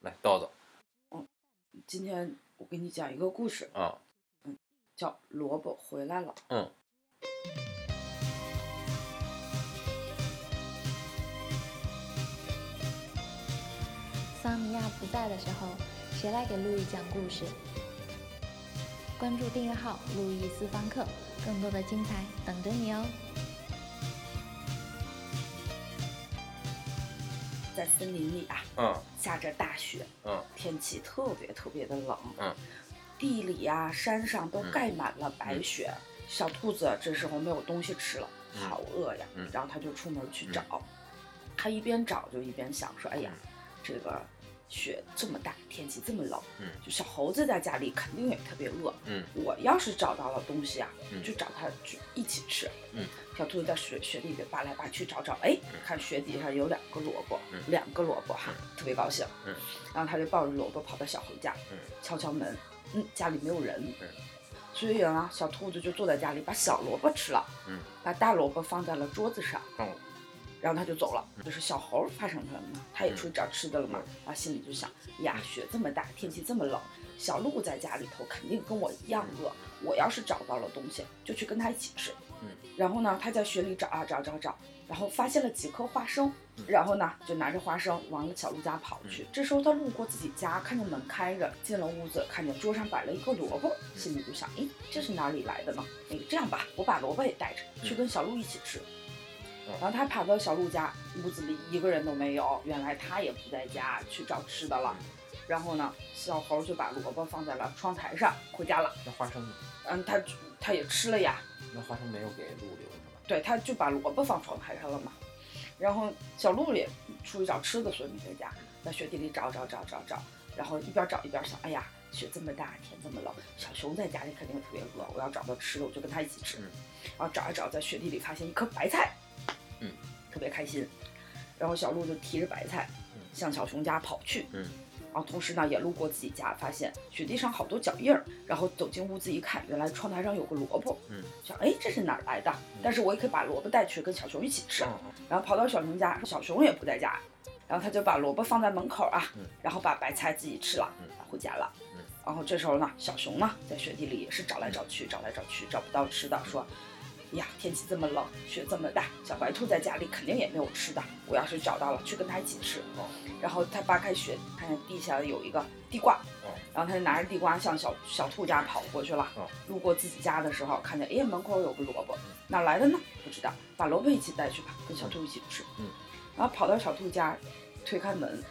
来叨叨今天我给你讲一个故事，啊，叫《萝卜回来了》。嗯桑尼亚不在的时候，谁来给路易讲故事？关注订阅号“路易私房课”，更多的精彩等着你哦！在森林里啊，嗯下着大雪，嗯天气特别特别的冷。嗯，地里呀、山上都嗯盖满了白雪。小兔子这时候没有东西吃了，嗯好饿呀！嗯然后它就出门去找。它一边找就一边想说：“哎呀，这个雪这么大，天气这么冷，嗯就小猴子在家里肯定也特别饿。嗯我要是找到了东西啊，嗯就找它去一起吃。嗯，小兔子在雪雪地里扒来扒去找找，哎，看雪底下有两个萝卜，嗯两个萝卜哈，特别高兴。嗯，然后他就抱着萝卜跑到小猴家，嗯敲敲门，嗯，家里没有人。嗯，所以呢，小兔子就坐在家里把小萝卜吃了，嗯，把大萝卜放在了桌子上，嗯然后他就走了。就是小猴发生什么呢？他也出去找吃的了嘛，啊，心里就想，呀，雪这么大，天气这么冷，小鹿在家里头肯定跟我一样饿，我要是找到了东西，就去跟它一起吃。嗯，然后呢，他在雪里找啊找找找，然后发现了几颗花生，然后呢就拿着花生往小鹿家跑去。这时候他路过自己家，看见门开着，进了屋子，看见桌上摆了一个萝卜，心里就想，诶，这是哪里来的呢？那个这样吧，我把萝卜也带着，去跟小鹿一起吃。然后他跑到小鹿家，屋子里一个人都没有，原来他也不在家，去找吃的了。然后呢，小猴就把萝卜放在了窗台上，回家了。那花生呢？嗯，他他也吃了呀，那花生没有给鹿留是吧？对，他就把萝卜放窗台上了嘛。然后小鹿也出去找吃的，所以没在家，在雪地里找找找找找，然后一边找一边想，哎呀，雪这么大，天这么冷，小熊在家里肯定特别饿，我要找到吃的，我就跟它一起吃。嗯然后找一找，在雪地里发现一颗白菜，嗯，特别开心。然后小鹿就提着白菜嗯向小熊家跑去，嗯，然后同时呢也路过自己家，发现雪地上好多脚印儿，然后走进屋子一看，原来窗台上有个萝卜，嗯，想哎这是哪儿来的？但是我也可以把萝卜带去跟小熊一起吃，嗯然后跑到小熊家，小熊也不在家，然后他就把萝卜放在门口啊，嗯然后把白菜自己吃了，嗯回家了。嗯然后这时候呢，小熊呢在雪地里也是找来找去，找来找去，找不到吃的，嗯说。哎呀，天气这么冷，雪这么大，小白兔在家里肯定也没有吃的。我要是找到了，去跟它一起吃。哦然后他扒开雪，看见地下有一个地瓜，哦然后他就拿着地瓜向小小兔家跑过去了。哦嗯路过自己家的时候，看见哎呀门口有个萝卜，哪儿来的呢？不知道，把萝卜一起带去吧，跟小兔一起吃。嗯，然后跑到小兔家，推开门，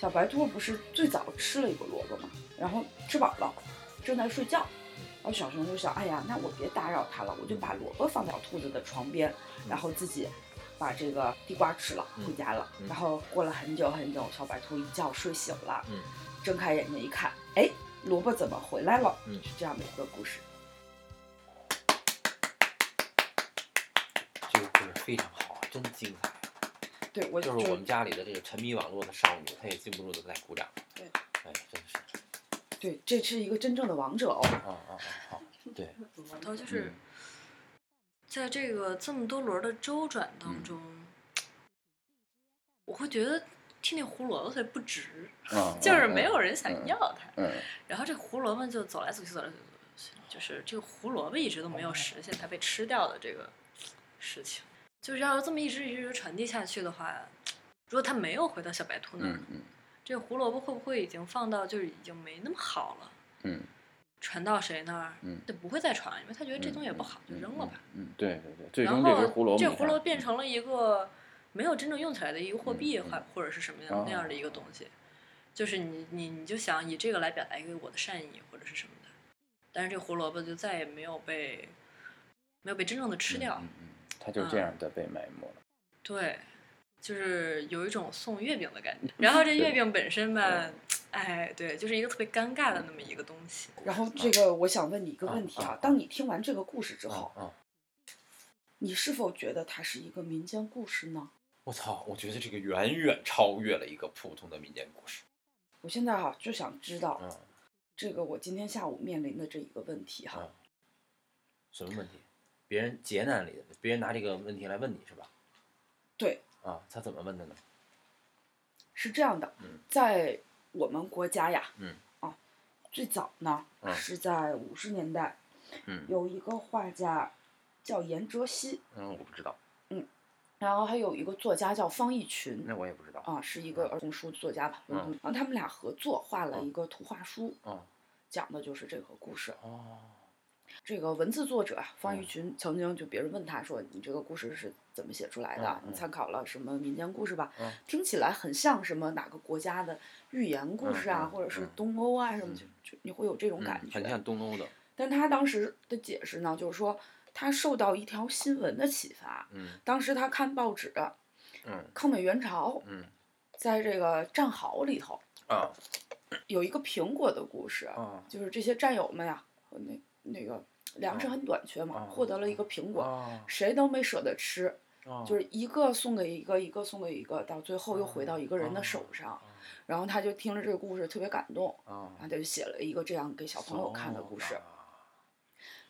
小白兔不是最早吃了一个萝卜嘛，然后吃饱了，正在睡觉。然后小熊就想，哎呀，那我别打扰它了，我就把萝卜放到兔子的床边，然后自己把这个地瓜吃了，嗯回家了。嗯然后过了很久很久，小白兔一觉睡醒了，嗯睁开眼睛一看，哎，萝卜怎么回来了？嗯是这样的一个故事。这个故事非常好啊，真精彩。对，我就是我们家里的这个沉迷网络的少女，她也禁不住的在鼓掌。对，哎，真是对，这是一个真正的王者哦。啊啊啊！好，对，然后就是嗯在这个这么多轮儿的周转嗯当中，我会觉得听那胡萝卜它不值， 嗯就是没有人想要它。嗯然后这胡萝卜就走来走去，走来走去，就是这个胡萝卜一直都哦没有实现它被吃掉的这个事情。就是要这么一直一直传递下去的话，如果它没有回到小白兔那儿，嗯这个胡萝卜会不会已经放到就是已经没那么好了？嗯传到谁那儿，嗯就不会再传，因为他觉得这嗯东西也不好，就扔了吧。嗯，对对对，最然终这后只胡萝卜，这胡萝卜变成了一个没有真正用起来的一个货币，嗯嗯或或者是什么样哦那样的一个东西。就是你你你就想以这个来表达一个我的善意或者是什么的，但是这胡萝卜就再也没有被没有被真正的吃掉嗯。嗯，它就这嗯样的被埋没了。对，就是有一种送月饼的感觉。然后这月饼本身吧，哎，对，就是一个特别尴尬的那么一个东西。然后这个，我想问你一个问题啊啊啊，当你听完这个故事之后啊，啊！你是否觉得它是一个民间故事呢？我操，我觉得这个远远超越了一个普通的民间故事。我现在哈、就想知道嗯，这个我今天下午面临的这一个问题哈、嗯什么问题？别人劫难里的，别人拿这个问题来问你是吧？对，啊，他怎么问的呢？是这样的嗯，在我们国家呀，嗯，啊，最早呢、嗯是在五十年代，嗯有一个画家叫颜哲熙，嗯，我不知道，然后还有一个作家叫方逸群，那我也不知道。啊，是一个儿童书作家吧，嗯然后他们俩合作画了一个图画书，嗯讲的就是这个故事。哦，这个文字作者啊嗯方玉群曾经就别人问他说：“你这个故事是怎么写出来的？嗯你嗯参考了什么民间故事吧？嗯听起来很像什么哪个国家的寓言故事啊，嗯嗯或者是嗯东欧啊什么，嗯就就你会有这种感嗯觉。很像东欧的，但他当时的解释呢，就是说他受到一条新闻的启发，嗯当时他看报纸，啊嗯抗美援朝嗯在这个战壕里头。”啊有一个苹果的故事，啊就是这些战友们呀，和那那个粮食很短缺嘛，啊获得了一个苹果，啊谁都没舍得吃，啊就是一个送给一个，一个送给一个，到最后又回到一个人的手上。然后他就听了这个故事特别感动，啊哦然后他就写了一个这样给小朋友看的故事。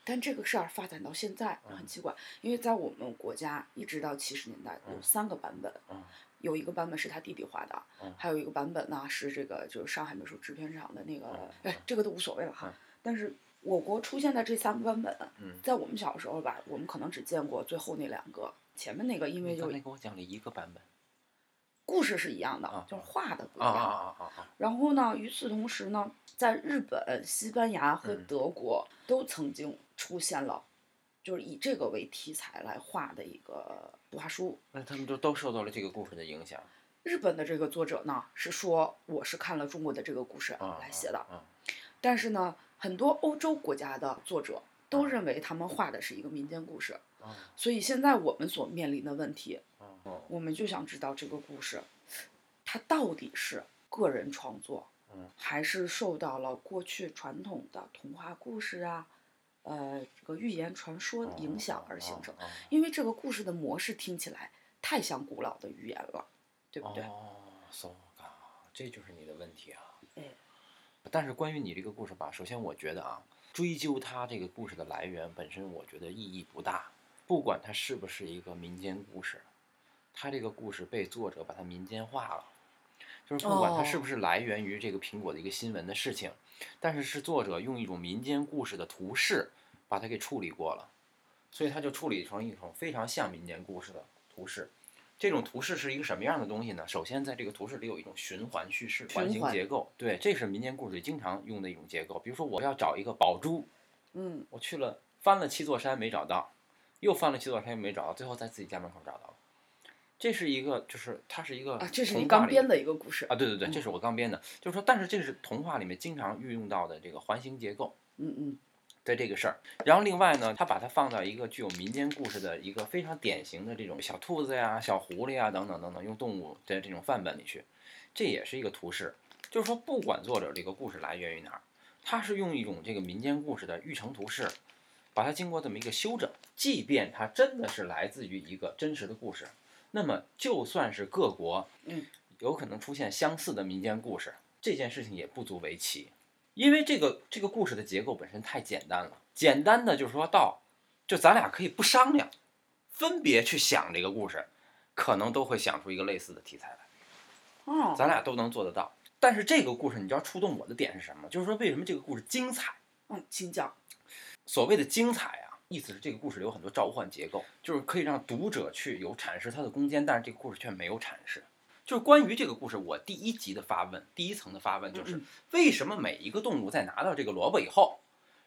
但这个事儿发展到现在很奇怪，因为在我们国家一直到七十年代有三个版本，嗯有一个版本是他弟弟画的，嗯还有一个版本呢是这个就是上海美术制片厂的那个，嗯哎，这个都无所谓了哈。嗯但是我国出现的这三个版本，嗯在我们小时候吧，我们可能只见过最后那两个，前面那个因为你就刚才跟我讲了一个版本故事是一样的，啊就是画的不一啊样。啊啊啊啊！然后呢，与此同时呢，在日本、西班牙和嗯德国都曾经出现了，就是以这个为题材来画的一个图画书。那他们就都受到了这个故事的影响日本的这个作者呢，是说我是看了中国的这个故事啊来写的，啊但是呢，很多欧洲国家的作者都认为他们画的是一个民间故事，啊所以现在我们所面临的问题，啊！我们就想知道这个故事，它到底是个人创作嗯，还是受到了过去传统的童话故事啊，呃，这个寓言传说哦的影响而形成？啊，因为这个故事的模式听起来太像古老的寓言了，对不对？哦，so 这就是你的问题啊。嗯。但是关于你这个故事吧，首先我觉得啊，追究它这个故事的来源本身，我觉得意义不大。不管它是不是一个民间故事，它这个故事被作者把它民间化了，就是不管它哦是不是来源于这个苹果的一个新闻的事情，但是是作者用一种民间故事的图式把它给处理过了，所以它就处理成一种非常像民间故事的图式。这种图式是一个什么样的东西呢？首先，在这个图式里有一种循环叙事、循环环形结构，对，这是民间故事里经常用的一种结构。比如说，我要找一个宝珠，嗯，我去了翻了七座山没找到，又翻了七座山又没找到，最后在自己家门口找到了。这是一个，就是它是一个啊，这是童你话刚里编的一个故事啊，，对对对，嗯这是我刚编的，就是说，但是这是童话里面经常运用到的这个环形结构。嗯嗯，对这个事儿，然后另外呢，他把它放到一个具有民间故事的一个非常典型的这种小兔子呀、小狐狸呀等等等等，用动物的这种范本里去，这也是一个图示，就是说，不管作者这个故事来源于哪儿，他是用一种这个民间故事的育成图式，把它经过这么一个修整，即便它真的是来自于一个真实的故事，那么就算是各国，嗯，有可能出现相似的民间故事，这件事情也不足为奇，因为这个这个故事的结构本身太简单了，简单的就是说到，就咱俩可以不商量，分别去想这个故事，可能都会想出一个类似的题材来。哦，咱俩都能做得到。但是这个故事，你知道触动我的点是什么？就是说，为什么这个故事精彩？嗯，请讲。所谓的精彩啊，意思是这个故事里有很多召唤结构，就是可以让读者去有阐释它的空间，但是这个故事却没有阐释。就是关于这个故事，我第一集的发问，第一层的发问就是嗯为什么每一个动物在拿到这个萝卜以后，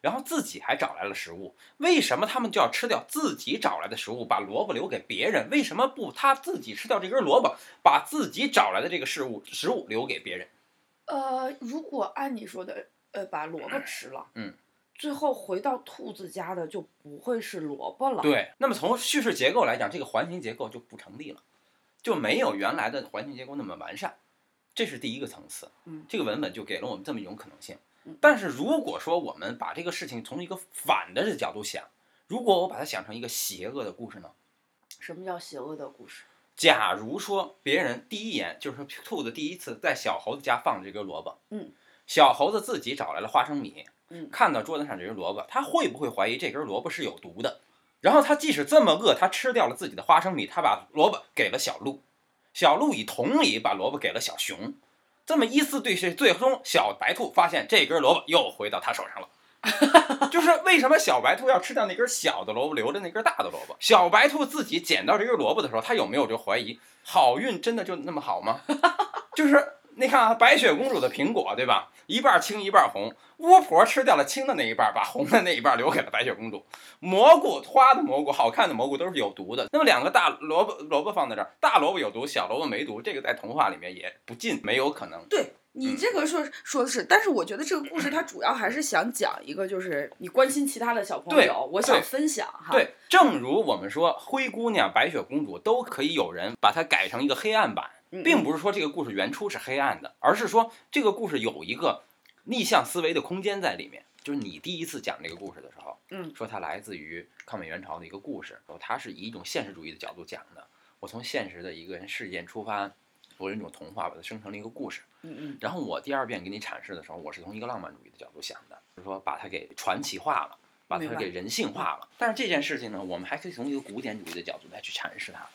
然后自己还找来了食物，为什么他们就要吃掉自己找来的食物，把萝卜留给别人？为什么不他自己吃掉这根萝卜，把自己找来的这个事物食物留给别人？呃，如果按你说的，呃，把萝卜吃了，嗯，最后回到兔子家的就不会是萝卜了。，对，那么从叙事结构来讲，这个环形结构就不成立了，就没有原来的环形结构那么完善，这是第一个层次。嗯这个文本就给了我们这么一种可能性嗯。但是如果说我们把这个事情从一个反的角度想，如果我把它想成一个邪恶的故事呢？什么叫邪恶的故事？假如说别人第一眼就是说兔子第一次在小猴子家放这根萝卜，嗯，小猴子自己找来了花生米，嗯看到桌子上这根萝卜，他会不会怀疑这根萝卜是有毒的？然后他即使这么饿，他吃掉了自己的花生米，他把萝卜给了小鹿，小鹿以同理把萝卜给了小熊，这么依次对谁，最终小白兔发现这根萝卜又回到他手上了。 就是为什么小白兔要吃掉那根小的萝卜，留着那根大的萝卜？小白兔自己捡到这根萝卜的时候，他有没有就怀疑好运真的就那么好吗？ 就是你看啊，白雪公主的苹果对吧？一半青一半红，巫婆吃掉了青的那一半，把红的那一半留给了白雪公主。蘑菇花的蘑菇，好看的蘑菇都是有毒的。那么两个大萝卜萝卜放在这儿，大萝卜有毒，小萝卜没毒，这个在童话里面也不尽没有可能。对你这个说说的是，但是我觉得这个故事它主要还是想讲一个，就是你关心其他的小朋对友，我想对分享哈。对，正如我们说，灰姑娘、白雪公主都可以有人把它改成一个黑暗版，嗯，并不是说这个故事原初是黑暗的，而是说这个故事有一个逆向思维的空间在里面。就是你第一次讲这个故事的时候，嗯，说它来自于抗美援朝的一个故事，它是以一种现实主义的角度讲的。我从现实的一个人事件出发，我用一种童话把它生成了一个故事。嗯嗯然后我第二遍给你阐释的时候，我是从一个浪漫主义的角度想的，就是说把它给传奇化了，把它明白给人性化了。但是这件事情呢，我们还可以从一个古典主义的角度来去阐释它。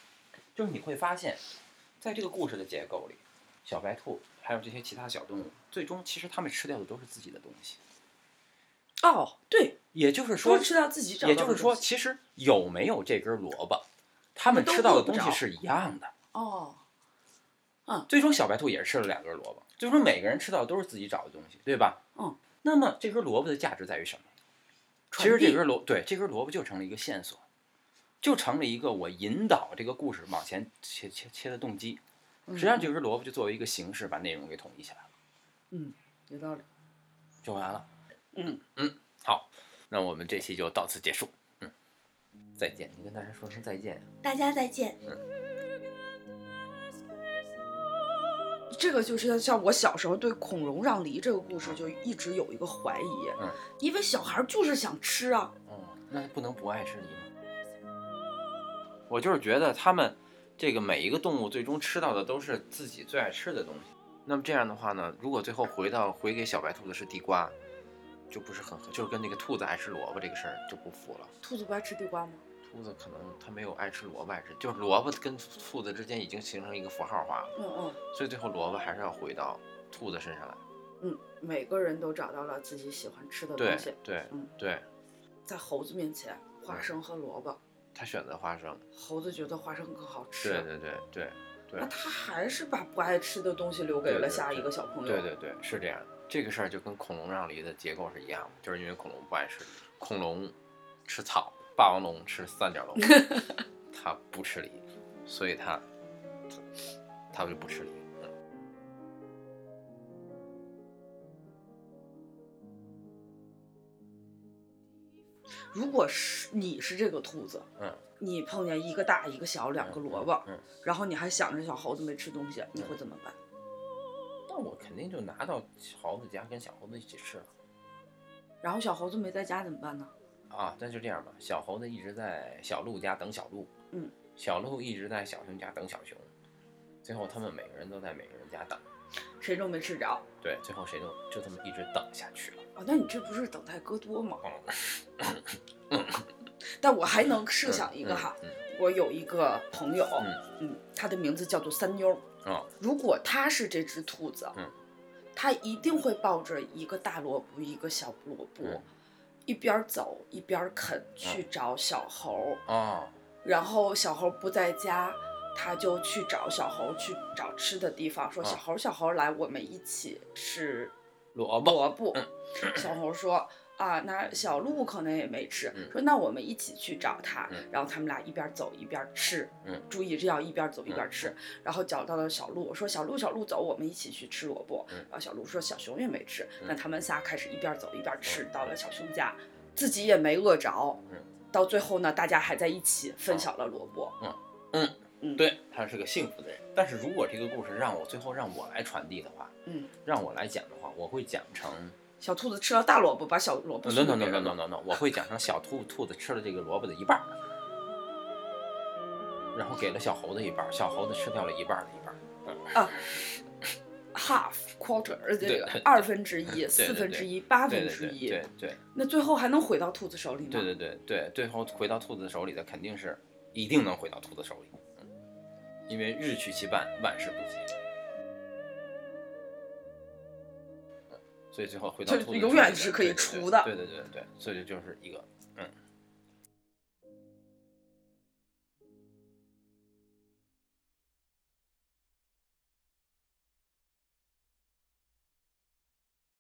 就是你会发现，在这个故事的结构里，小白兔还有这些其他小动物，最终其实它们吃掉的都是自己的东西。哦，对，也就是说多，吃到自己找到也的就东西。是说，其实有没有这根萝卜，它们都吃到的够不东西着是一样的。哦，最终小白兔也是吃了两根萝卜，最终每个人吃到的都是自己找的东西，对吧？嗯。那么这根萝卜的价值在于什么？其实传递这根萝对这根萝卜就成了一个线索，就成了一个我引导这个故事往前切切切的动机。嗯实际上这根萝卜就作为一个形式把内容给统一起来了，有道理。就完了。嗯嗯，好，那我们这期就到此结束。嗯，再见，你跟大家说声再见。大家再见。嗯这个就是像我小时候对孔融让梨这个故事就一直有一个怀疑，嗯因为小孩就是想吃啊，哦，那不能不爱吃梨吗？我就是觉得他们这个每一个动物最终吃到的都是自己最爱吃的东西。那么这样的话呢，如果最后回到回给小白兔的是地瓜，就不是很合，就是跟那个兔子爱吃萝卜这个事儿就不符了。兔子不爱吃地瓜吗？兔子可能它没有爱吃萝卜爱吃，就是萝卜跟兔子之间已经形成一个符号化了，嗯嗯所以最后萝卜还是要回到兔子身上来。嗯，每个人都找到了自己喜欢吃的对东西，对嗯对，在猴子面前，花生和萝卜，它选择花生。猴子觉得花生更好吃，对对对对对那。他还是把不爱吃的东西留给了对对下一个小朋友。对对对，是这样的。这个事儿就跟恐龙让梨的结构是一样的，就是因为恐龙不爱吃梨，恐龙吃草，霸王龙吃三角 龙，它不吃梨，所以它它它就不吃梨。嗯如果是你是这个兔子，嗯，你碰见一个大一个小两个萝卜，嗯，然后你还想着小猴子没吃东西，你会怎么办？那我肯定就拿到猴子家跟小猴子一起吃了然后小猴子没在家怎么办呢？啊。但是这样吧，小猴子一直在小鹿家等小鹿，嗯，小鹿一直在小熊家等小熊，最后他们每个人都在每个人家等，谁都没吃着。对，最后谁都就这么一直等下去了。哦，那你这不是等待戈多吗？嗯但我还能设想一个哈，嗯，嗯我有一个朋友，嗯嗯，他的名字叫做三妞。哦如果他是这只兔子，嗯他一定会抱着一个大萝卜，一个小萝卜，嗯一边走一边啃，去找小猴。哦。然后小猴不在家，他就去找小猴，去找吃的地方，说啊小猴小猴来，我们一起吃萝卜，嗯萝卜。小猴说。啊，那小鹿可能也没吃，嗯说那我们一起去找它，嗯然后他们俩一边走一边吃，嗯注意这要一边走一边嗯吃，然后找到了小鹿，我说小鹿小鹿走，我们一起去吃萝卜，嗯然后小鹿说小熊也没吃，嗯那他们仨开始一边走一边吃，到了小熊家，自己也没饿着，嗯啊到最后呢，大家还在一起分享了萝卜，对，他是个幸福的人。但是如果这个故事让我最后让我来传递的话，嗯，让我来讲的话，我会讲成小兔子吃了大萝卜，把小萝卜 no 送 no 给 no 别 no 人 no 了， no no，我会讲成小兔兔子吃了这个萝卜的一半儿，然后给了小猴子一半儿，小猴子吃掉了一半儿的一半儿。 half quarter 这对个对二分之一、对四分之一、对八对分对之对一，对对那最后还能回到兔子手里吗？对对对对，最后回到兔子手里的肯定是一定能回到兔子手里，嗯因为日取其半，万事不竭。嗯所以最后回到就兔子永是远一个是可以对对对除的对对对对，所以就是一个